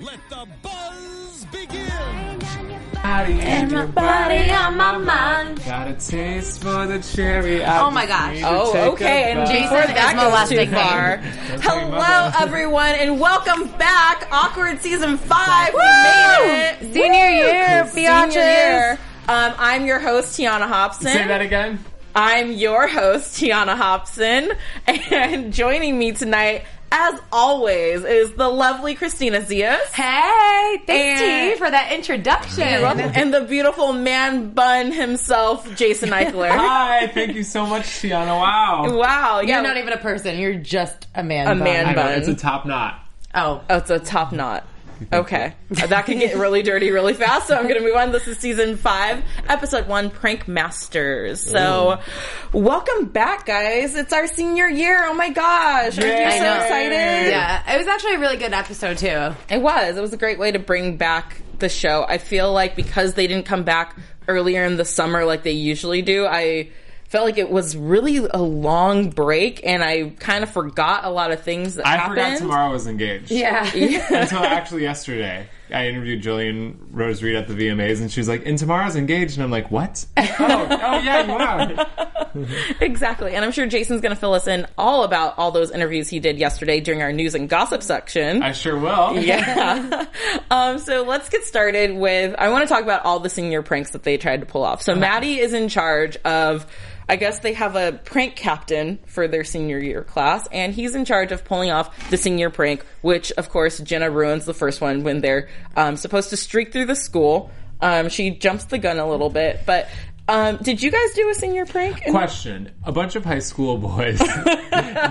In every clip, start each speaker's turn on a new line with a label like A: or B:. A: let the buzz begin.
B: And my body on my mind.
C: Got a taste for the cherry. I
D: Oh my
C: just
D: gosh.
C: need to
B: Oh,
C: take a
B: okay. And
C: bite.
B: before
D: Jason
B: that
D: is
B: goes too
D: molesting me.
B: far.
C: Okay, my
D: Hello,
C: bad.
D: everyone, and welcome back. Awkward Season 5. We made it.
B: Senior year,
D: Senior
B: biatches.
D: year. Um, I'm your host, Tiana Hobson.
C: Say that again.
D: I'm your host, Tiana Hobson. And joining me tonight, as always, is the lovely Christina Zias.
B: Hey, thanks
D: And-
B: to you for that introduction.
D: And the beautiful man bun himself, Jason Eichler.
C: Hi, thank you so much, Tiana. Wow.
D: wow, yeah,
B: You're not even a person. You're just a man.
D: a
B: bun.
D: man
C: I know,
D: bun.
C: it's a top knot.
B: Oh,
D: Oh, it's a top knot. Okay. that could get really dirty really fast, so I'm going to move on. This is season five, episode one, Prank Masters. So, welcome back, guys. It's our senior year. Oh my gosh. Aren't you
C: Yay. I
D: so
C: know.
D: excited?
B: yeah. It was actually a really good episode too.
D: It was. It was a great way to bring back the show. I feel like because they didn't come back earlier in the summer like they usually do, I felt like it was really a long break and I kind of forgot a lot of things that
C: I
D: happened.
C: forgot tomorrow was engaged.
B: Yeah.
C: Until actually yesterday. I interviewed Jillian Rose Reed at the VMAs and she was like, and tomorrow's engaged. And I'm like, what? oh, oh, yeah, you are.
D: Exactly. And I'm sure Jason's going to fill us in all about all those interviews he did yesterday during our news and gossip section.
C: I sure will. Yeah.
D: um, so let's get started with I want to talk about all the senior pranks that they tried to pull off. So Maddie is in charge of. I guess they have a prank captain for their senior year class, and he's in charge of pulling off the senior prank, which, of course, Jenna ruins the first one when they're um, supposed to streak through the school. Um, she jumps the gun a little bit, but um, did you guys do a senior prank? in
C: Question A bunch of high school boys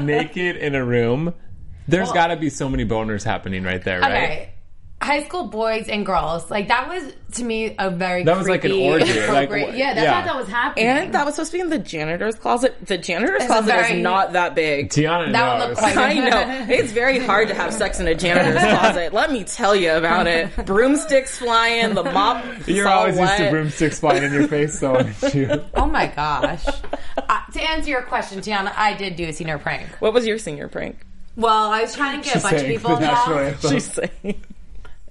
C: naked in a room. There's got to be so many boners happening right there, right?
B: Okay. High school boys and girls, like that was to me a very
C: That was like an
B: creepy,
C: orgy, like,
B: appropriate-
C: what-
B: yeah, that's
C: yeah.
B: how that was happening.
D: And that was supposed to be in the janitor's closet. The janitor's closet
B: very-
D: is not that big.
C: Tiana
B: That would
C: knows.
B: look quite-
D: I know. It's very hard to have sex in a janitor's closet. Let me tell you about it. Broomsticks flying, the mop.
C: You're
D: saw
C: always used to
D: wet.
C: broomsticks flying in your face, so aren't you?
B: oh my gosh. Uh, to answer your question, Tiana, I did do a senior prank.
D: What was your senior prank?
B: Well, I was trying to get a bunch of
C: Saying
B: people
C: the national
B: involved.
C: anthem.
D: She's saying.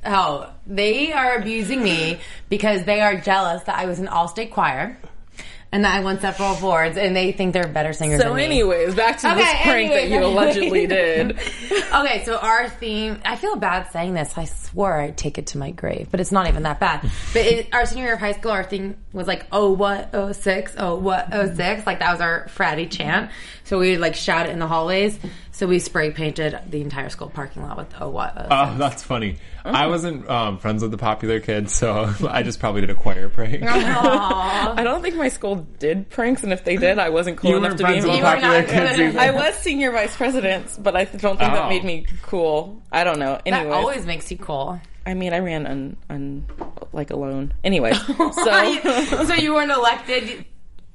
B: Oh, they are abusing me because they are jealous that I was in all state choir and that I won several awards, and they think they're better singers.
D: So,
B: than me.
D: anyways, back to this
B: Okay,
D: prank
B: anyway,
D: that you
B: back-
D: allegedly did.
B: Okay, so our theme. I feel bad saying this. I swore I'd take it to my grave, but it's not even that bad. But in our senior year of high school, our theme was like, oh, what, oh, six, oh, what, oh, six. Like, that was our fratty chant. So we would like shout it in the hallways. So we spray painted the entire school parking lot with, oh, what, oh,
C: Oh, that's funny. I wasn't um, friends with the popular kids, so I just probably did a choir prank.
D: Oh. I don't think my school did pranks, and if they did, I wasn't cool
C: you
D: enough
C: weren't
D: to be
C: friends with the
D: involved.
B: were
C: popular
B: not
C: kids
B: good.
C: either.
D: I was senior vice president, but I don't think
C: Oh.
D: that made me cool. I don't know.
B: That
D: Anyways,
B: always makes you cool.
D: I mean, I ran on, on like alone. Anyway, so
B: so you weren't elected.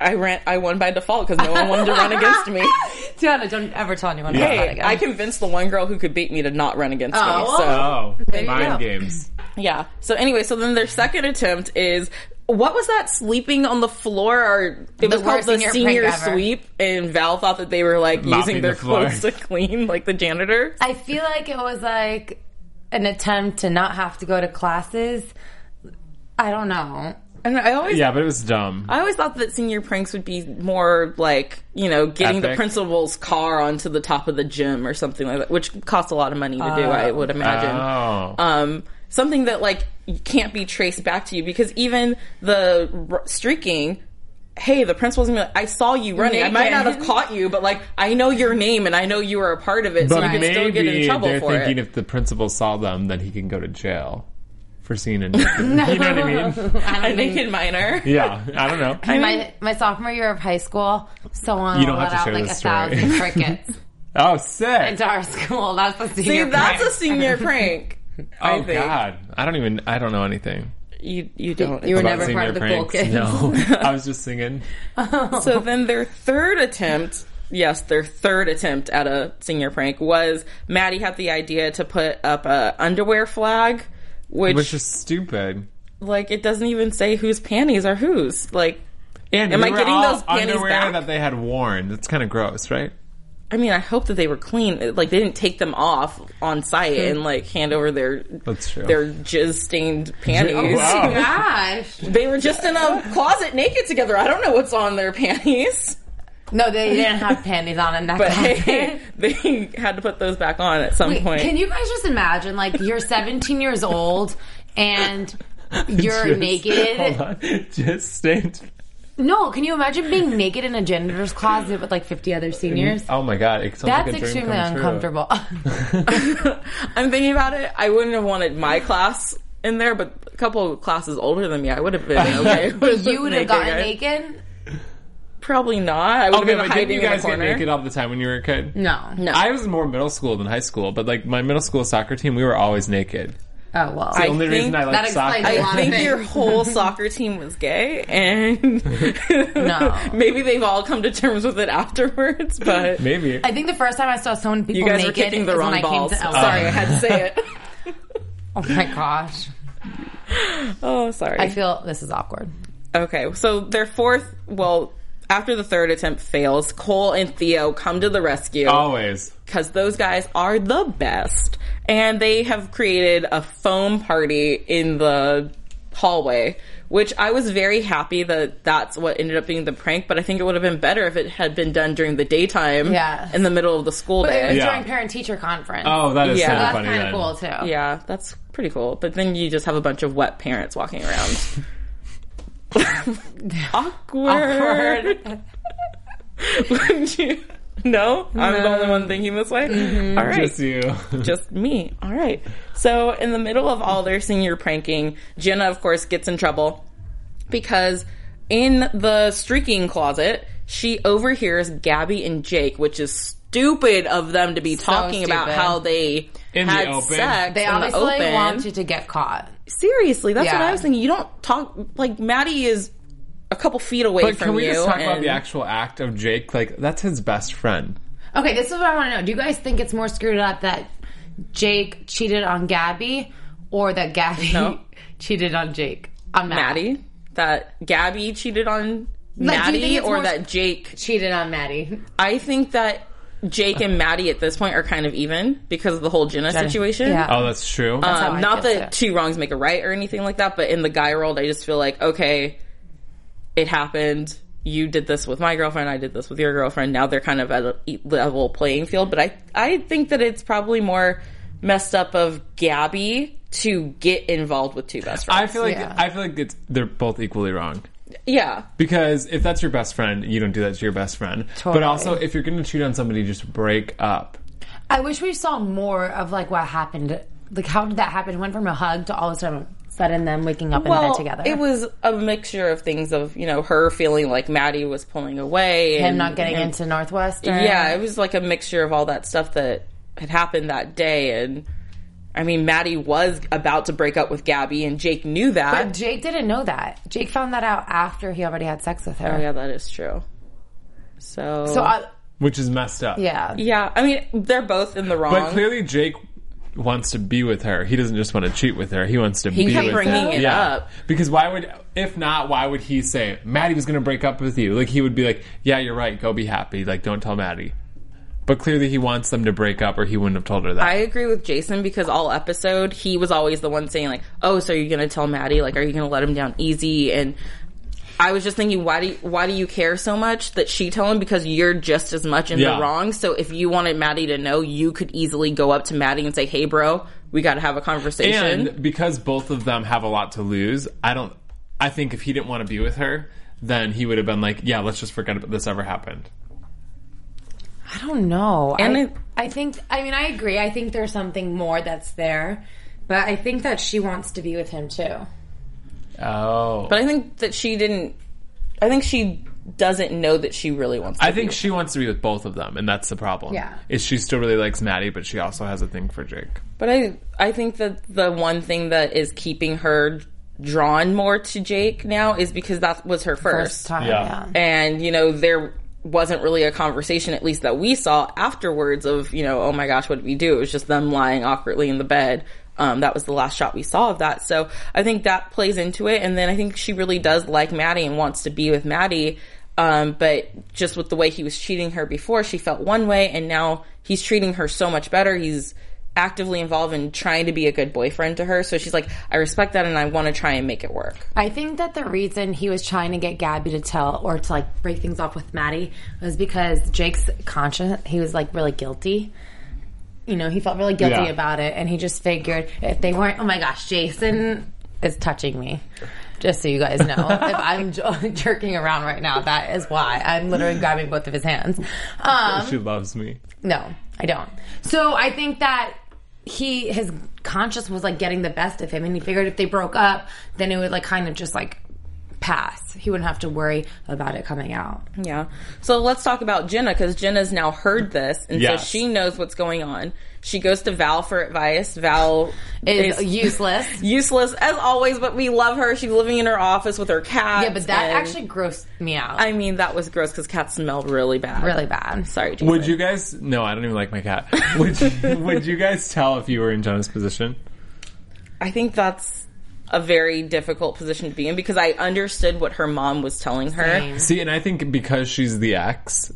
D: I ran. I won by default because no one wanted to run against me.
B: Tiana, don't ever tell anyone about that
D: Hey,
B: again.
D: I convinced the one girl who could beat me to not run against me.
B: Oh.
D: So
C: Oh,
B: you go.
C: mind games.
D: yeah. So anyway, so then their second attempt is what was that sleeping on the floor? Or it was called
B: worst
D: the
B: senior
D: senior
B: prank ever.
D: sweep, and Val thought that they were like
C: Mopping
D: using their
C: the floor.
D: clothes to clean, like the janitor.
B: I feel like it was like an attempt to not have to go to classes. I don't know.
D: And I always.
C: Yeah, but it was dumb.
D: I always thought that senior pranks would be more like, you know, getting the
C: Epic.
D: principal's car onto the top of the gym or something like that, which costs a lot of money to do, I would imagine.
C: Oh.
D: um, something that like can't be traced back to you because even the r- streaking. Hey, the principal's gonna be like, I saw you running. I might not have
B: Naked.
D: caught you, but like, I know your name and I know you were a part of it, so
C: but
D: you can
C: maybe
D: still get in trouble
C: they're
D: for
C: thinking
D: it.
C: if the principal saw them, then he can go to jail for seeing a naked. You know what I mean?
D: A naked minor.
C: Yeah, I don't know.
B: my, my sophomore year of high school, someone
C: You don't have
B: let
C: to
B: out
C: share
B: like a
C: this story.
B: thousand crickets
C: Oh, sick!
B: into our school. That's the
D: See,
B: senior.
D: that's a
B: prank.
D: senior prank.
C: Oh
D: think.
C: God, I don't even. I don't know anything.
D: You you don't.
B: You were
C: about
B: never
C: senior
B: part of the cool
C: pranks.
B: kids.
C: No, I was just singing.
D: So then their third attempt, yes, their third attempt at a senior prank was Maddie had the idea to put up a underwear flag, which,
C: Which is stupid.
D: like it doesn't even say whose panties are whose. Like,
C: And
D: Am
C: they
D: I
C: were
D: getting
C: all
D: those panties
C: underwear
D: back?
C: that they had worn? That's kind of gross, right?
D: I mean, I hope that they were clean. Like they didn't take them off on site and like hand over their
C: That's true.
D: their jizz stained panties.
C: wow. Oh.
B: Gosh.
D: They were just in a closet naked together. I don't know what's on their panties.
B: No, they didn't have panties on in that
D: But
B: class.
D: hey, they had to put those back on at some
B: Wait,
D: point.
B: Can you guys just imagine? Like you're 17 years old and you're
C: Just- Hold
B: naked.
C: on. Just stained.
B: No, can you imagine being naked in a janitor's closet with like 50 other seniors?
C: Oh my God! It sounds
B: That's
C: like a dream
B: extremely
C: come true.
B: uncomfortable.
D: I'm thinking about it. I wouldn't have wanted my class in there, but a couple of classes older than me, I would have been okay. with
B: you would have
D: naked
B: gotten
D: guys.
B: naked?
D: Probably not. I
C: Okay,
D: would have been
C: but didn't
D: hiding
C: you guys
D: in
C: get
D: the corner.
C: naked all the time when you were a kid?
B: No. No.
C: I was more middle school than high school, but like my middle school soccer team, we were always naked.
B: Oh well.
C: The
D: I
C: only reason
D: think
C: I
B: that
C: like soccer.
B: explains a
D: I
B: lot.
D: think
B: things.
D: your whole soccer team was gay, and
B: No.
D: maybe they've all come to terms with it afterwards. But
C: Maybe.
B: I think the first time I saw so many people
D: you guys were
B: naked
D: kicking the
B: is
D: wrong
B: when
D: balls.
B: I came to LA.
D: Sorry, I had to say it.
B: Oh my gosh.
D: Oh, sorry.
B: I feel this is awkward.
D: Okay, so their fourth, well, after the third attempt fails, Cole and Theo come to the rescue
C: always.
D: because those guys are the best. And they have created a foam party in the hallway, which I was very happy that that's what ended up being the prank, but I think it would have been better if it had been done during the daytime
B: Yes.
D: in the middle of the school
B: But it was
D: day.
C: Yeah.
B: during parent teacher conference.
C: Oh, that is
D: Yeah.
C: kind
D: That's
C: of
B: that's
C: funny.
B: kind of
C: then.
B: cool too.
D: Yeah, that's pretty cool. But then you just have a bunch of wet parents walking around. Awkward.
B: Awkward.
D: Would you- no, I'm the only one thinking this way.
B: Mm-hmm.
D: All right,
C: Just
D: just,
C: you.
D: me. All right. So in the middle of all their senior pranking, Jenna of course gets in trouble because in the streaking closet she overhears Gabby and Jake, which is stupid of them to be talking about
B: stupid.
D: how they
C: In the
D: had
C: open.
D: sex.
B: They
D: in the
B: obviously
D: open.
B: want you to get caught.
D: Seriously, that's what
B: Yeah.
D: I was thinking. You don't talk like Maddie is a couple feet away
C: But
D: from
C: can we
D: you.
C: just talk about
D: and-
C: the actual act of Jake? Like that's his best friend.
B: Okay, this is what I want to know. Do you guys think it's more screwed up that Jake cheated on Gabby or that Gabby
D: No.
B: cheated on Jake? On Matt.
D: Maddie that Gabby cheated on
B: Like, do you think
D: Maddie
B: it's
D: or
B: more-
D: that Jake.
B: Cheated on Maddie.
D: I think that Jake and Maddie at this point are kind of even because of the whole Jenna situation.
B: Yeah.
C: Oh, that's true.
B: how
D: Um,
B: I
D: not
B: feel
D: that
B: too.
D: two wrongs make a right or anything like that, but in the guy world, I just feel like, okay, it happened. You did this with my girlfriend. I did this with your girlfriend. Now they're kind of at a e- level playing field. But I, I think that it's probably more messed up of Gabby to get involved with two best friends.
C: I feel like
B: yeah.
C: I feel like it's they're both equally wrong.
D: yeah.
C: Because if that's your best friend, you don't do that to your best friend. But
B: Totally.
C: also, if you're going to cheat on somebody, just break up.
B: I wish we saw more of like what happened. Like how did that happen? It went from a hug to all of a sudden, sudden them waking up in bed together.
D: It was a mixture of things of, you know, her feeling like Maddie was pulling away
B: him
D: and
B: not getting
D: him-
B: into Northwestern.
D: Yeah, it was like a mixture of all that stuff that had happened that day and I mean Maddie was about to break up with Gabby and Jake knew that.
B: But Uh, Jake didn't know that. Jake found that out after he already had sex with her.
D: oh yeah, that is true. So
B: So I,
C: Which is messed up.
B: yeah.
D: yeah, I mean they're both in the wrong.
C: But clearly, Jake wants to be with her. He doesn't just want to cheat with her. He wants to be
D: kept
C: with
D: bringing
C: her.
D: it up.
C: Because why would, if not, why would he say Maddie was going to break up with you? Like he would be like, "Yeah, you're right. Go be happy. Like don't tell Maddie." But clearly, he wants them to break up, or he wouldn't have told her that.
D: I agree with Jason because all episode he was always the one saying like, "Oh, so you're gonna tell Maddie? Like, are you gonna let him down easy?" And I was just thinking, why do you, why do you care so much that she told him? Because you're just as much in
C: Yeah.
D: the wrong. So if you wanted Maddie to know, you could easily go up to Maddie and say, "Hey, bro, we got to have a conversation."
C: and because both of them have a lot to lose, I don't. I think if he didn't want to be with her, then he would have been like, "Yeah, let's just forget about this ever happened."
B: I don't know.
D: And
B: I,
D: it-
B: I think I mean I agree. I think there's something more that's there But I think that she wants to be with him too.
C: Oh.
D: But I think that she didn't. I think she doesn't know that she really wants. to
C: I
D: be
C: think
D: with-
C: she wants to be with both of them, and that's the problem.
B: Yeah.
C: Is she still really likes Maddie, but she also has a thing for Jake.
D: But I I think that the one thing that is keeping her drawn more to Jake now is because that was her
B: First
D: first.
B: time.
C: Yeah.
B: Yeah.
D: And you know, there wasn't really a conversation at least that we saw afterwards of, you know, oh my gosh, what did we do? It was just them lying awkwardly in the bed. Um, that was the last shot we saw of that. So I think that plays into it. And then I think she really does like Maddie and wants to be with Maddie. Um, but just with the way he was cheating her before, she felt one way and now he's treating her so much better. He's actively involved in trying to be a good boyfriend to her. So she's like, I respect that and I want to try and make it work.
B: I think that the reason he was trying to get Gabby to tell or to like break things off with Maddie was because Jake's conscience, he was like really guilty. You know, he felt really guilty
C: Yeah.
B: about it and he just figured if they weren't, oh my gosh, Jason is touching me. Just so you guys know, if I'm j- jerking around right now, that is why I'm literally grabbing both of his hands. Um,
C: She loves me.
B: no, I don't. So I think that he his conscience was like getting the best of him, and he figured if they broke up, then it would like kind of just like pass. He wouldn't have to worry about it coming out.
D: Yeah. So let's talk about Jenna because Jenna's now heard this, and
C: Yes.
D: so she knows what's going on. She goes to Val for advice. Val
B: Is
D: is
B: useless.
D: useless as always, but we love her. She's living in her office with her cat.
B: yeah, but that
D: and-
B: actually grossed me out
D: I mean, that was gross because cats smell really bad.
B: really bad.
D: Sorry, Jason.
C: Would you guys? No, I don't even like my cat. Would you, Would you guys tell if you were in Jenna's position?
D: I think that's a very difficult position to be in because I understood what her mom was telling her.
B: Same.
C: See, and I think because she's the ex,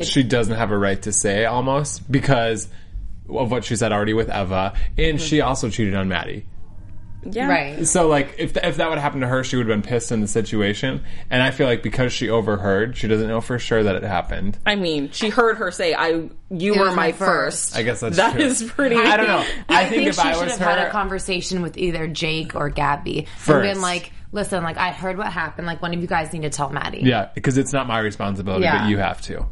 C: she doesn't have a right to say almost because of what she said already with Eva, and
B: Mm-hmm.
C: she also cheated on Maddie.
D: Yeah.
B: Right.
C: So, like, if th- if that would happen to her, she would have been pissed in the situation. And I feel like because she overheard, she doesn't know for sure that it happened.
D: I mean, she heard her say, "I, you were
B: was
D: my
B: my
D: first.
B: first.
C: I guess that's
D: That
C: true.
D: is pretty.
C: I don't know. I, think, if
B: she
C: I
B: should
C: was
B: have had a
C: her,
B: conversation with either Jake or Gabby
C: First.
B: and been like, "Listen, like I heard what happened. Like one of you guys need to tell Maddie."
C: yeah, because it's not my responsibility,
B: Yeah.
C: but you have to.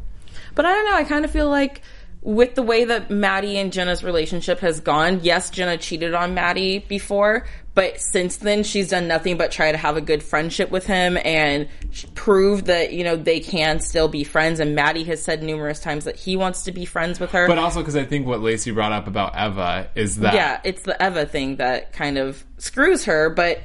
D: But I don't know. I kind of feel like with the way that Maddie and Jenna's relationship has gone, yes, Jenna cheated on Maddie before, but since then she's done nothing but try to have a good friendship with him and sh- prove that, you know, they can still be friends. And Maddie has said numerous times that he wants to be friends with her.
C: But also because I think what Lacey brought up about Eva is that
D: yeah, it's the Eva thing that kind of screws her, but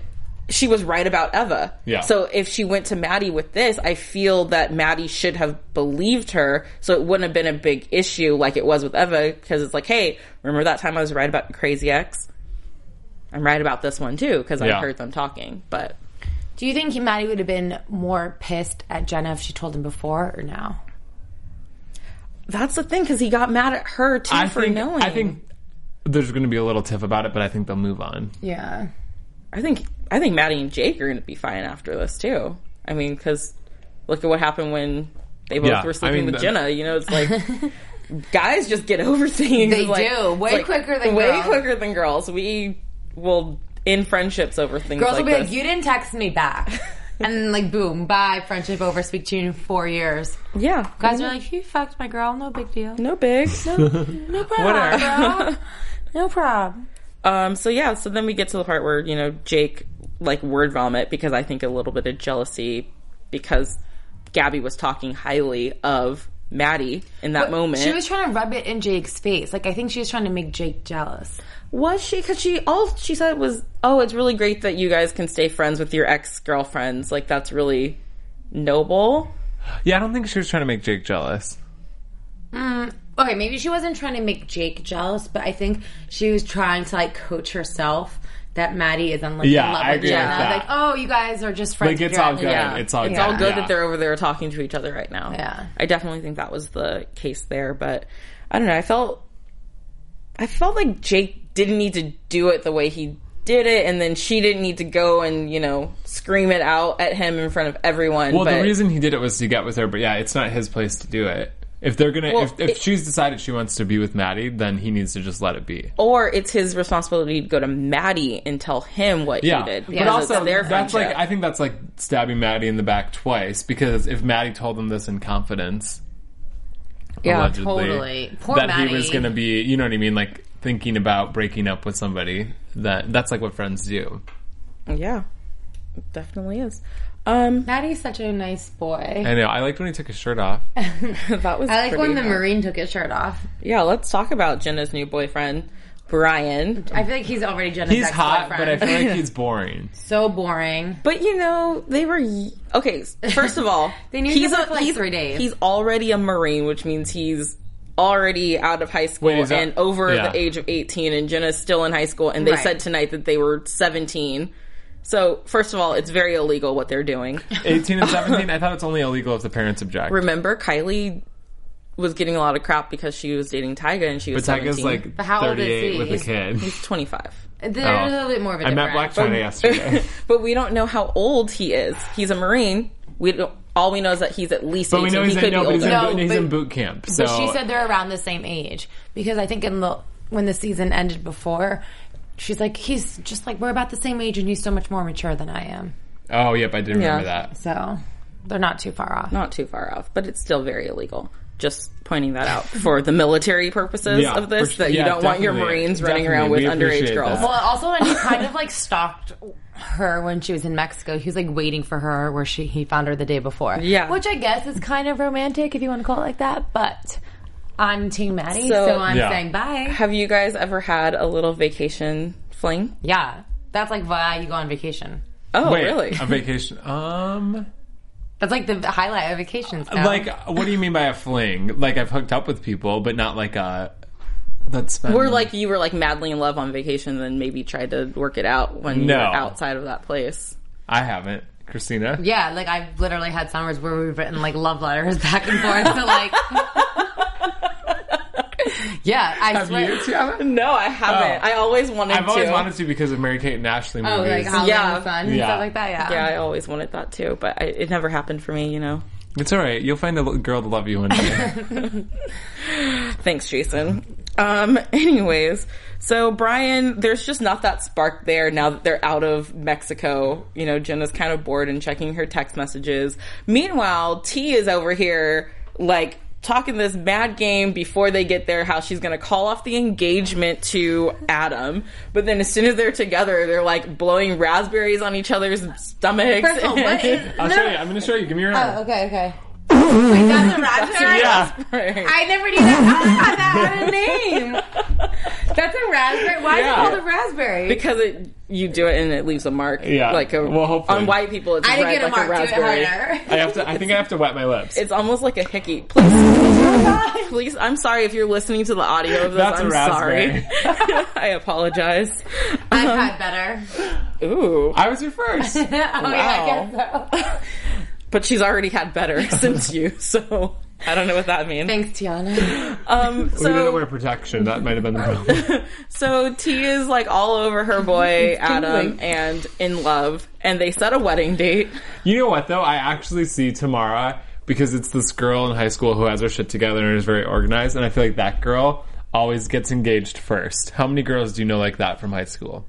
D: she was right about Eva.
C: Yeah.
D: So if she went to Maddie with this, I feel that Maddie should have believed her, so it wouldn't have been a big issue like it was with Eva, because it's like, hey, remember that time I was right about Crazy X? I'm right about this one too, because
C: Yeah.
D: I heard them talking. But
B: Do you think he, Maddie would have been more pissed at Jenna if she told him before or now?
D: that's the thing, because he got mad at her too
C: I
D: for
C: think
D: knowing.
C: I think there's going to be a little tiff about it, but I think they'll move on.
B: Yeah.
D: I think I think Maddie and Jake are going to be fine after this too. I mean, because look at what happened when they both
C: Yeah,
D: were sleeping
C: I mean,
D: with
C: the-
D: Jenna. You know, it's like guys just get over things.
B: They
D: It's like-
B: do.
D: it's
B: Way quicker than
D: way
B: girls.
D: quicker than girls. We will end friendships over things.
B: Girls
D: like
B: will be
D: this.
B: like, "You didn't text me back," and then like, boom, bye, friendship over. Speak to you in four years.
D: yeah,
B: Guys are like, "You fucked my girl, no big deal,
D: no big, no.
B: no problem,
D: Whatever.
B: bro. no problem."
D: um. So yeah. So then we get to the part where you know Jake like word vomit because I think a little bit of jealousy because Gabby was talking highly of Maddie in that moment.
B: She was trying to rub it in Jake's face. Like, I think she was trying to make Jake jealous.
D: Was she? Because she all she said was, "Oh, it's really great that you guys can stay friends with your ex girlfriends. Like that's really noble."
C: Yeah, I don't think she was trying to make Jake jealous.
B: Okay, maybe she wasn't trying to make Jake jealous, but I think she was trying to like coach herself that Maddie is in like
C: Yeah,
B: in love
C: I
B: with
C: agree with
B: Jenna.
C: that.
B: Like, oh, you guys are just friends.
C: Like
B: with
C: it's
B: your
C: all
B: ex."
C: good.
D: Yeah.
C: It's all
D: It's
C: good.
D: all good
C: Yeah.
D: that they're over there talking to each other right now.
B: Yeah.
D: I definitely think that was the case there, but I don't know. I felt, I felt like Jake didn't need to do it the way he did it, and then she didn't need to go and you know scream it out at him in front of everyone.
C: Well,
D: but-
C: the reason he did it was to get with her, but yeah, it's not his place to do it. If they're gonna,
D: Well,
C: if, if
D: it-
C: she's decided she wants to be with Maddie, then he needs to just let it be.
D: or it's his responsibility to go to Maddie and tell him what he did.
C: But
D: because it's
C: also,
D: their
C: that's
D: friendship.
C: like I think that's like stabbing Maddie in the back twice because if Maddie told him this in confidence,
D: Yeah,
C: allegedly,
B: totally. Poor
C: that
B: Maddie.
C: he was going to be, you know what I mean? Like thinking about breaking up with somebody. That that's like what friends do.
D: Yeah, it definitely is. Um,
B: Maddie's such a nice boy.
C: I know. I liked when he took his shirt off.
D: that was
B: I like
D: pretty
B: when the
D: hot.
B: Marine took his shirt off.
D: Yeah, let's talk about Jenna's new boyfriend, Brian.
B: I feel like he's already Jenna's
C: He's hot, but I
B: ex-boyfriend.
C: feel like he's boring.
B: so boring.
D: But you know, they were y- okay. s- First of all,
B: They knew each
D: he's
B: other
D: a-
B: for, like,
D: he's-
B: three days.
D: He's already a Marine, which means he's already out of high school
C: Wait, is that-
D: and over
C: yeah.
D: the age of eighteen, and Jenna's still in high school. And they
B: Right.
D: said tonight that they were seventeen. So first of all, it's very illegal what they're doing.
C: 18 and 17, I thought it's only illegal if the parents object.
D: Remember, Kylie was getting a lot of crap because she was dating Tyga, and she
C: but
D: was
C: Tyga's
D: 17.
C: like
B: how old is
C: 38
B: he?
C: with a kid.
D: he's twenty five.
B: There's
C: Oh.
B: a little bit more of a
C: I
B: difference.
C: met Black China yesterday.
D: but we don't know how old he is. He's a Marine. We don't, all we know is that he's at least
C: But we
D: eighteen.
C: know
D: he
C: he's, in,
D: could
C: no,
D: be
C: but he's,
D: older.
C: in,
B: No,
C: boot- he's
B: but-
C: in boot camp. So
B: But she said they're around the same age because I think in the when the season ended before, she's like he's just like we're about the same age and he's so much more mature than I am.
C: Oh, yep, I did remember
D: Yeah.
C: that.
B: So they're not too far off.
D: not too far off, but it's still very illegal. Just pointing that out for the military purposes
C: Yeah,
D: of this,
C: for sure.
D: that you
C: Yeah,
D: don't want your
C: definitely.
D: Marines running around with
C: Definitely. We
D: underage
C: appreciate
D: girls.
C: that.
B: Well, also when he kind of like stalked her when she was in Mexico, he was like waiting for her where she he found her the day before.
D: Yeah.
B: which I guess is kind of romantic if you want to call it like that. But I'm Team Maddie,
D: So-
B: so, I'm
C: Yeah.
B: saying bye.
D: Have you guys ever had a little vacation fling?
B: Yeah, that's like why you go on vacation.
D: Oh,
C: Wait,
D: really?
C: a vacation? Um,
B: That's like the highlight of vacations. now.
C: like, what do you mean by a fling? Like, I've hooked up with people, but not like a. That's fun.
D: Or like you were like madly in love on vacation, then maybe tried to work it out when
C: No.
D: you were outside of that place.
C: I haven't, Christina.
B: Yeah, like I've literally had summers where we've written like love letters back and forth to like. yeah, I
C: Have
B: swear.
C: you, Tiana?
D: No, I haven't.
C: Oh.
D: I always wanted
C: I've
D: to.
C: always wanted to because of Mary Kate and Ashley movies.
B: Oh, like Halloween
D: Yeah.
B: yeah. fun and
C: Yeah.
B: stuff like that. Yeah.
D: yeah, I always wanted that too, but I, it never happened for me, you know.
C: it's all right. You'll find a l- girl to love you one day.
D: Thanks, Jason. Um, anyways, so Brian, there's just not that spark there now that they're out of Mexico. You know, Jenna's kind of bored and checking her text messages. Meanwhile, T is over here, like, talking this mad game before they get there, how she's gonna call off the engagement to Adam. But then as soon as they're together, they're like blowing raspberries on each other's stomachs.
B: First of all, what is-
C: I'll
B: no.
C: show you. I'm going to show you. Give me your hand. Ah,
B: Oh, okay, okay. Wait, that's a raspberry.
C: Yeah.
B: I never knew that. Oh, I thought that had a name. That's a raspberry. Why
C: Yeah.
B: is it called a raspberry?
D: because it, you do it and it leaves a mark.
C: Yeah.
D: Like a,
C: Well, hopefully.
D: on white people, it's
B: I didn't
D: red
B: get a
D: like
B: mark.
D: a
B: Do it
D: raspberry.
C: I
B: harder.
C: have to. I think I have to wet my lips.
D: It's almost like a hickey. Please, please. I'm sorry if you're listening to the audio of this.
C: That's a
D: I'm
C: raspberry.
D: sorry. I apologize. Um,
B: I've had better.
D: Ooh,
C: I was your first.
B: oh, yeah, I guess so.
D: but she's already had better since you, so I don't know what that means.
B: Thanks, Tiana.
D: Um,
C: we didn't wear
D: so,
C: protection. That might have been the problem.
D: so T is like all over her boy Adam and in love, and they set a wedding date.
C: You know what though? I actually see Tamara because it's this girl in high school who has her shit together and is very organized, and I feel like that girl always gets engaged first. How many girls do you know like that from high school?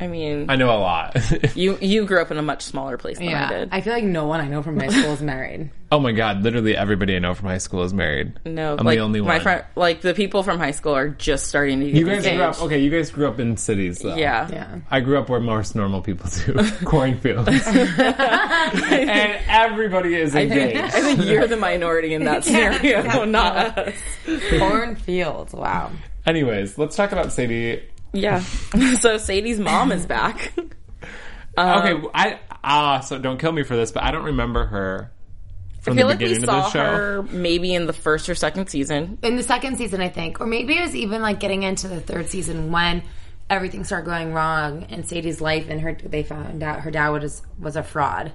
D: I mean,
C: I know a lot.
D: you you grew up in a much smaller place than I
B: Yeah,
D: did.
B: I feel like no one I know from my school is married.
C: oh my god, literally everybody I know from high school is married.
D: No,
C: I'm
D: like
C: the only
D: my
C: one.
D: friend, like the people from high school are just starting to get
C: you guys grew
D: engaged.
C: up okay, you guys grew up in cities though.
D: Yeah.
B: Yeah.
C: I grew up where most normal people do. Cornfields. and everybody is engaged.
D: I think you're the minority in that scenario, not us.
B: Cornfields. Wow.
C: Anyways, let's talk about Sadie
D: Yeah. So Sadie's mom is back.
C: okay, I ah, so don't kill me for this, but I don't remember her
D: I
C: from
D: feel
C: the
D: like we
C: beginning of
D: saw
C: the show.
D: her maybe in the first or second season.
B: in the second season, I think, or maybe it was even like getting into the third season when everything started going wrong in Sadie's life, and her they found out her dad was was a fraud,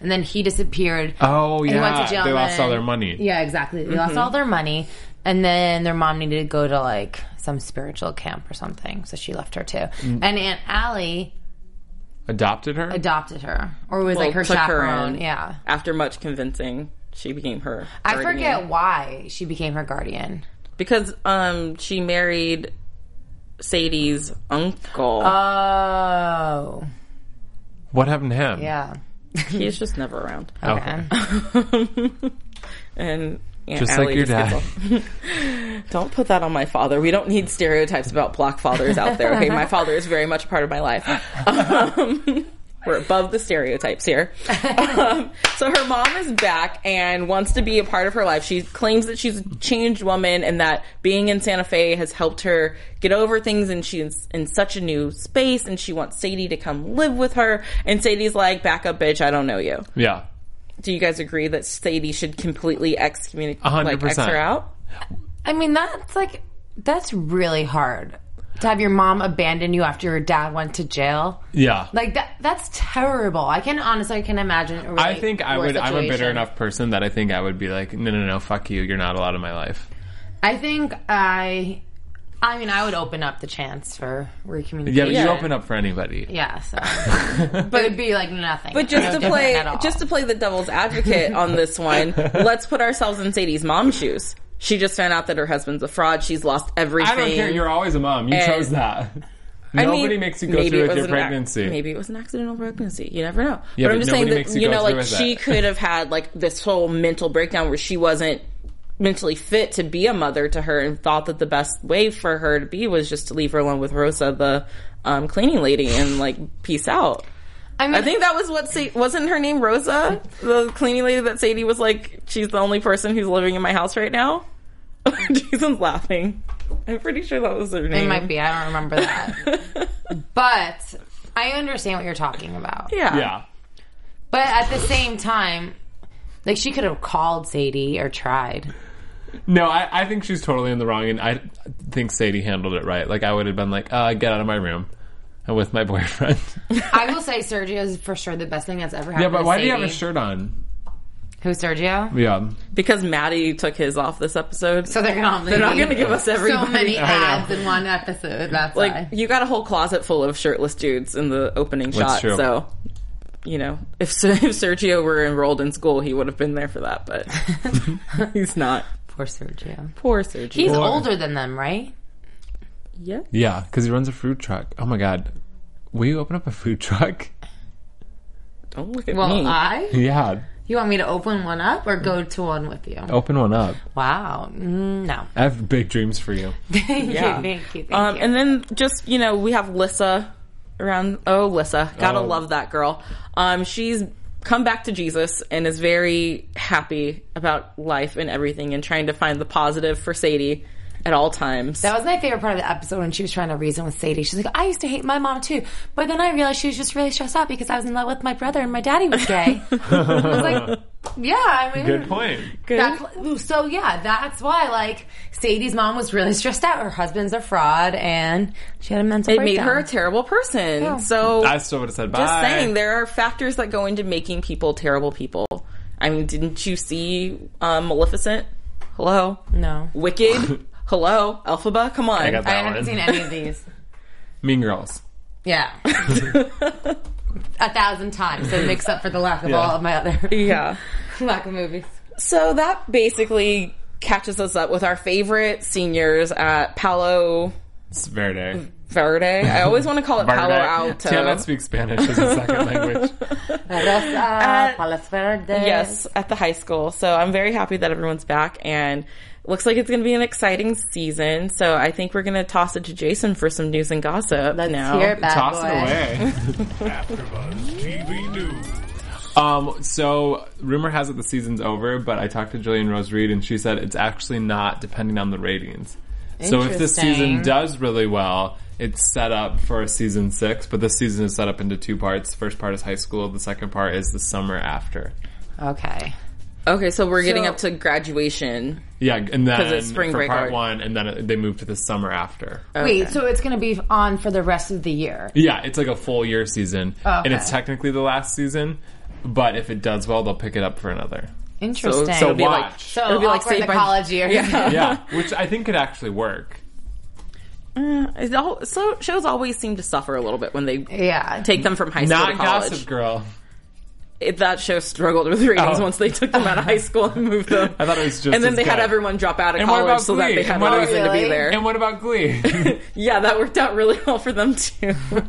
B: and then he disappeared.
C: Oh
B: and
C: yeah,
B: he went to jail.
C: they lost
B: then-
C: all their money.
B: Yeah, exactly. They lost all their money, and then their mom needed to go to like some spiritual camp or something, so she left her too. And Aunt Allie
C: Adopted her.
B: adopted her, or was like her
D: took her
B: chaperone.
D: in.
B: yeah,
D: After much convincing, she became her.
B: I
D: guardian.
B: forget why she became her guardian.
D: because um she married Sadie's uncle.
B: Oh,
C: what happened to him?
B: yeah.
D: He's just never around.
C: Okay.
D: and Aunt
C: Just
D: Allie
C: like your
D: just gets
C: dad.
D: all- Don't put that on my father. We don't need stereotypes about black fathers out there. Okay, my father is very much a part of my life. Um, we're above the stereotypes here. Um, so her mom is back and wants to be a part of her life. She claims that she's a changed woman and that being in Santa Fe has helped her get over things. And she's in such a new space, and she wants Sadie to come live with her. And Sadie's like, "Back up, bitch! I don't know you."
C: Yeah.
D: Do you guys agree that Sadie should completely excommunicate, like X
C: 100%.
D: her out?
B: I mean, that's like that's really hard to have your mom abandon you after your dad went to jail.
C: Yeah.
B: Like that that's terrible. I can honestly I can imagine. a really
C: I think I
B: worse
C: would. I'm a bitter
B: situation.
C: enough person that I think I would be like, no, no, no, fuck you. You're not allowed in my life.
B: I think I I mean I would open up the chance for recommunication.
C: Yeah, but you
D: Yeah.
C: open up for anybody.
B: Yeah, so but it'd be like nothing.
D: But just
B: No
D: to
B: different
D: play
B: at all.
D: just to play the devil's advocate on this one, let's put ourselves in Sadie's mom's shoes. She just found out that her husband's a fraud. She's lost everything.
C: I don't care. You're always a mom. You
D: And-
C: chose that.
D: I mean,
C: Nobody makes you go
D: maybe it
C: through with
D: was
C: your
D: an ac-
C: pregnancy.
D: maybe it was an accidental pregnancy. You never know.
C: Yeah,
D: but
C: but
D: I'm just saying
C: nobody
D: that
C: makes
D: you,
C: you go
D: know,
C: through
D: like
C: with
D: she
C: that.
D: could have had like this whole mental breakdown where she wasn't mentally fit to be a mother to her and thought that the best way for her to be was just to leave her alone with Rosa, the um, cleaning lady, and like peace out.
B: I mean
D: I think that was what Sa- wasn't her name Rosa, the cleaning lady that Sadie was like. She's the only person who's living in my house right now. Jason's laughing. I'm pretty sure that was her name.
B: it might be. I don't remember that. but I understand what you're talking about.
D: Yeah.
C: Yeah.
B: But at the same time, like she could have called Sadie or tried.
C: No, I, I think she's totally in the wrong, and I think Sadie handled it right. Like I would have been like, uh, get out of my room. I'm with my boyfriend.
B: I will say Sergio is for sure the best thing that's ever happened.
C: yeah, but
B: to
C: why do you have a
B: Sadie.
C: shirt on?
B: Who Sergio?
C: Yeah.
D: Because Maddie took his off this episode.
B: So they're gonna they're
D: not gonna give us
B: so
D: everybody.
B: many
C: know.
B: ads in one episode. That's
D: like
B: why.
D: you got a whole closet full of shirtless dudes in the opening shot.
C: true.
D: So you know, if Ser- if Sergio were enrolled in school, he would have been there for that, but he's not.
B: poor Sergio.
D: Poor Sergio.
B: He's
C: Poor.
B: older than them, right?
D: yeah.
C: Yeah, because he runs a food truck. Oh my god. Will you open up a food truck?
D: Don't look at
B: Well,
D: me.
B: I.
C: Yeah.
B: You want me to open one up or go to one with you?
D: Oh.
C: Open one up.
B: Wow. Mm, no.
C: I have big dreams for you.
B: thank
D: Yeah.
B: you. Thank you. Thank
D: Um,
B: you.
D: and then just you know, we have Lissa around. Oh, Lissa, gotta
C: Oh.
D: love that girl. Um, she's come back to Jesus and is very happy about life and everything, and trying to find the positive for Sadie at all times.
B: That was my favorite part of the episode when she was trying to reason with Sadie. She's like, I used to hate my mom too, but then I realized she was just really stressed out because I was in love with my brother and my daddy was gay. I was like, yeah, I mean,
C: Good point.
B: That's, so yeah, that's why like Sadie's mom was really stressed out. Her husband's a fraud, and she had a mental.
D: it made
B: breakdown.
D: her a terrible person. So
C: I still would have said bye.
D: just saying, there are factors that go into making people terrible people. I mean, didn't you see um, Maleficent? Hello,
B: no.
D: Wicked. Hello, Elphaba. Come on.
C: I got
B: I
C: that
B: haven't
C: one.
B: seen any of these.
C: mean Girls.
B: Yeah, a thousand times. So it makes up for the lack of all of my other
D: yeah.
B: lack of movies.
D: So that basically catches us up with our favorite seniors at Palo
C: It's Verde.
D: Verde. I always want to call it Palo Alto.
C: Tiamat speaks Spanish as a second language.
B: Rosa,
D: Uh,
B: Palos Verdes.
D: yes, at the high school. So I'm very happy that everyone's back and looks like it's going to be an exciting season. So I think we're going to toss it to Jason for some news and gossip
B: Let's
D: now.
B: hear it, bad
C: Toss it
B: boy.
C: Oh, away.
A: AfterBuzz TV News.
C: Um, so rumor has it the season's over, but I talked to Jillian Rose Reed and she said it's actually not depending on the ratings. So if this
B: Interesting.
C: season does really well, it's set up for a season six, but this season is set up into two parts. The first part is high school, the second part is the summer after.
B: Okay.
D: Okay, so we're getting
B: So-
D: up to graduation.
C: Yeah, and then
D: it's spring
C: for
D: break
C: part
D: already.
C: one, and then it- they move to the summer after.
D: Okay.
B: Wait, so it's going to be on for the rest of the year.
C: Yeah, it's like a full year season, and it's
B: Okay.
C: technically the last season. But if it does well, they'll pick it up for another.
B: Interesting.
D: So it'll be like
C: Watch.
B: So
D: it'll be like
B: awkward
D: Saved
B: the
D: by-
B: college year. Yeah.
C: yeah, which I think could actually work.
D: Uh, it's all- so shows always seem to suffer a little bit when they
B: yeah.
D: take them from high school to
C: Not
D: college.
C: Gossip Girl.
D: it, that show struggled with ratings
C: Oh.
D: once they took them out of high school and moved them.
C: I thought it was just
D: and then
C: as
D: they had
C: good.
D: everyone drop out of
C: And what
D: college
C: about
D: so that they
C: Glee?
D: had
C: And what
D: no
C: about-
D: reason to be
B: Really?
D: there.
C: And what about Glee?
D: yeah, that worked out really well for them too.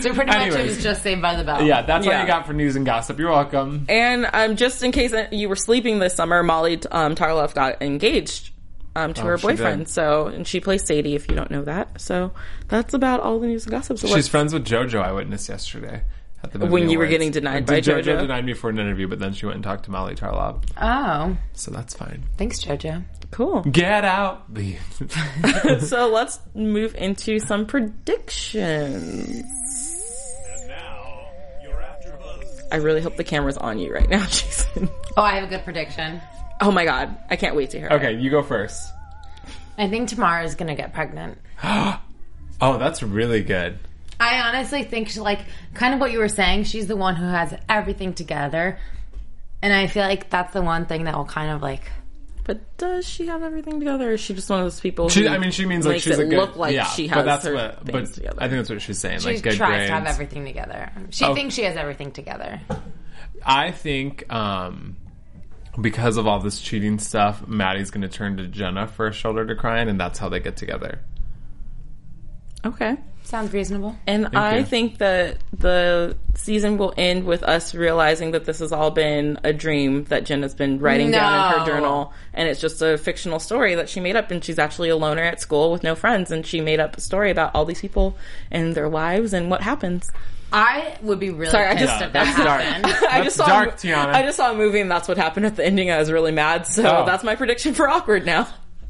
B: So pretty much it
C: Anyways.
B: was just Saved by the Bell.
C: yeah, that's all
D: Yeah.
C: you got for news and gossip. You're welcome.
D: and um, just in case you were sleeping this summer, Molly um, Tarloff got engaged um, to
C: Oh,
D: her
C: she did.
D: boyfriend. So, and she plays Sadie, if you don't know that. So, that's about all the news and gossip. So,
C: She's
D: let's-
C: friends with JoJo. I witnessed yesterday. At the movie
D: When you were
C: awards.
D: getting denied
C: Did
D: by
C: JoJo.
D: JoJo?
C: denied me for an interview, but then she went and talked to Molly Tarlob,
B: Oh,
C: so that's fine.
B: thanks, JoJo.
D: cool.
C: Get out. The-
D: so, let's move into some predictions.
A: Now, your AfterBuzz
D: I really hope the camera's on you right now, Jason.
B: Oh, I have a good prediction.
D: Oh my god, I can't wait to hear. it.
C: okay, you go first.
B: I think Tamara is gonna get pregnant.
C: Oh, that's really good.
B: I honestly think she, like kind of what you were saying. She's the one who has everything together, and I feel like that's the one thing that will kind of like.
D: But does she have everything together? Or is she just one of those people?
C: She,
D: who
C: I mean, she means like
D: makes
C: she's
D: it
C: a good.
D: look like
C: yeah,
D: she has
C: but that's
D: her
C: what.
D: things
C: But
D: together.
C: I think that's what she's saying.
B: She
C: like good
B: tries to have
C: grades.
B: everything together. She
C: Oh.
B: thinks she has everything together.
C: I think um, because of all this cheating stuff, Maddie's going to turn to Jenna for a shoulder to cry on, and that's how they get together.
D: okay.
B: Sounds reasonable.
D: And I
C: you.
D: think that the season will end with us realizing that this has all been a dream that Jen has been writing down in her
B: No.
D: journal, and it's just a fictional story that she made up. And she's actually a loner at school with no friends, and she made up a story about all these people and their lives and what happens.
B: I would be really
D: Sorry, I
B: pissed
D: just-
B: if that happened.
D: I
C: That's
D: just saw
C: dark,
D: a, mo-
C: Tiana.
D: I just saw a movie, and that's what happened at the ending. I was really mad, so
C: Oh.
D: that's my prediction for awkward now.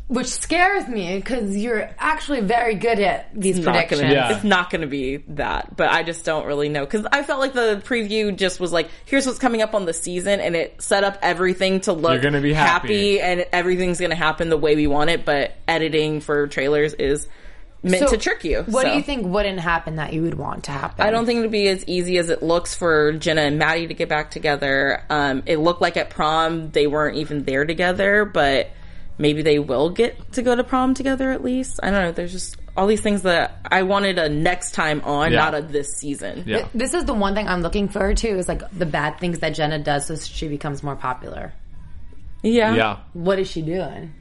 B: Which scares me because you're actually very good at these
D: not
B: predictions.
D: gonna,
C: Yeah.
D: it's not going to be that. But I just don't really know because I felt like the preview just was like, here's what's coming up on the season, and it set up everything to look
C: You're gonna be happy.
D: and everything's going to happen the way we want it. But editing for trailers is meant
B: So,
D: to trick you.
B: What
D: so.
B: do you think wouldn't happen that you would want to happen?
D: I don't think it'd be as easy as it looks for Jenna and Maddie to get back together. Um, it looked like at prom they weren't even there together, but maybe they will get to go to prom together at least. I don't know. There's just all these things that I wanted a next time on,
C: Yeah.
D: not a this season.
C: Yeah.
B: This is the one thing I'm looking forward to is like the bad things that Jenna does so she becomes more popular.
D: Yeah.
C: Yeah.
B: What is she doing?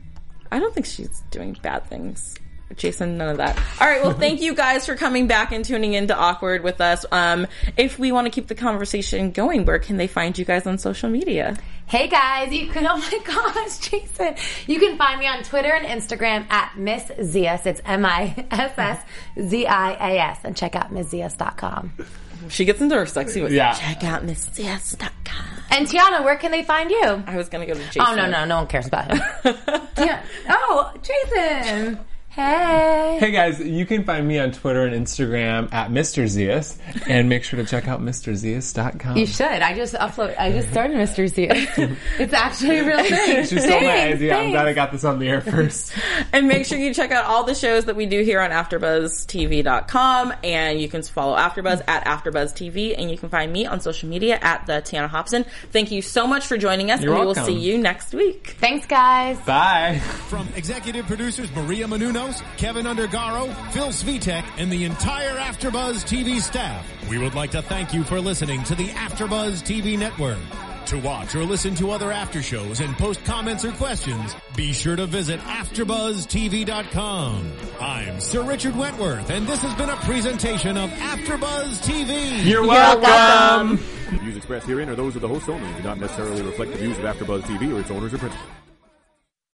D: I don't think she's doing bad things. Jason, none of that. All right. Well, thank you guys for coming back and tuning in to Awkward with us. Um, if we want to keep the conversation going, where can they find you guys on social media?
B: Hey guys, you can, oh my gosh, Jason. You can find me on Twitter and Instagram at Miss Zias. It's M I S S Z I A S. And check out MissZias.com.
D: She gets into her sexy with
C: Yeah.
D: Check out MissCS.com.
B: And Tiana, where can they find you?
D: I was gonna go to Jason.
B: Oh, no, no, no one cares about him. Tia- oh, Jason. Hey.
C: Hey guys, you can find me on Twitter and Instagram at Mr. Zeus, and make sure to check out MrZeus.com.
B: You should. I just upload. I just started Mr. Z. it's actually a real thing.
C: She stole my
B: Thanks,
C: idea. I'm
B: thanks.
C: glad I got this on the air first.
D: And make sure you check out all the shows that we do here on AfterBuzzTV.com, and you can follow AfterBuzz at AfterBuzzTV, and you can find me on social media at the Tiana Hobson. Thank you so much for joining us,
C: You're
D: and we will
C: welcome.
D: see you next week.
B: Thanks, guys.
C: Bye.
A: From executive producers Maria Menounos, Kevin Undergaro, Phil Svitek, and the entire AfterBuzz TV staff, we would like to thank you for listening to the AfterBuzz TV network. To watch or listen to other after shows and post comments or questions, be sure to visit AfterBuzzTV.com. I'm Sir Richard Wentworth, and this has been a presentation of AfterBuzz TV.
C: You're welcome.
E: The views expressed herein are those of the hosts only and do not necessarily reflect the views of AfterBuzz TV or its owners or principals.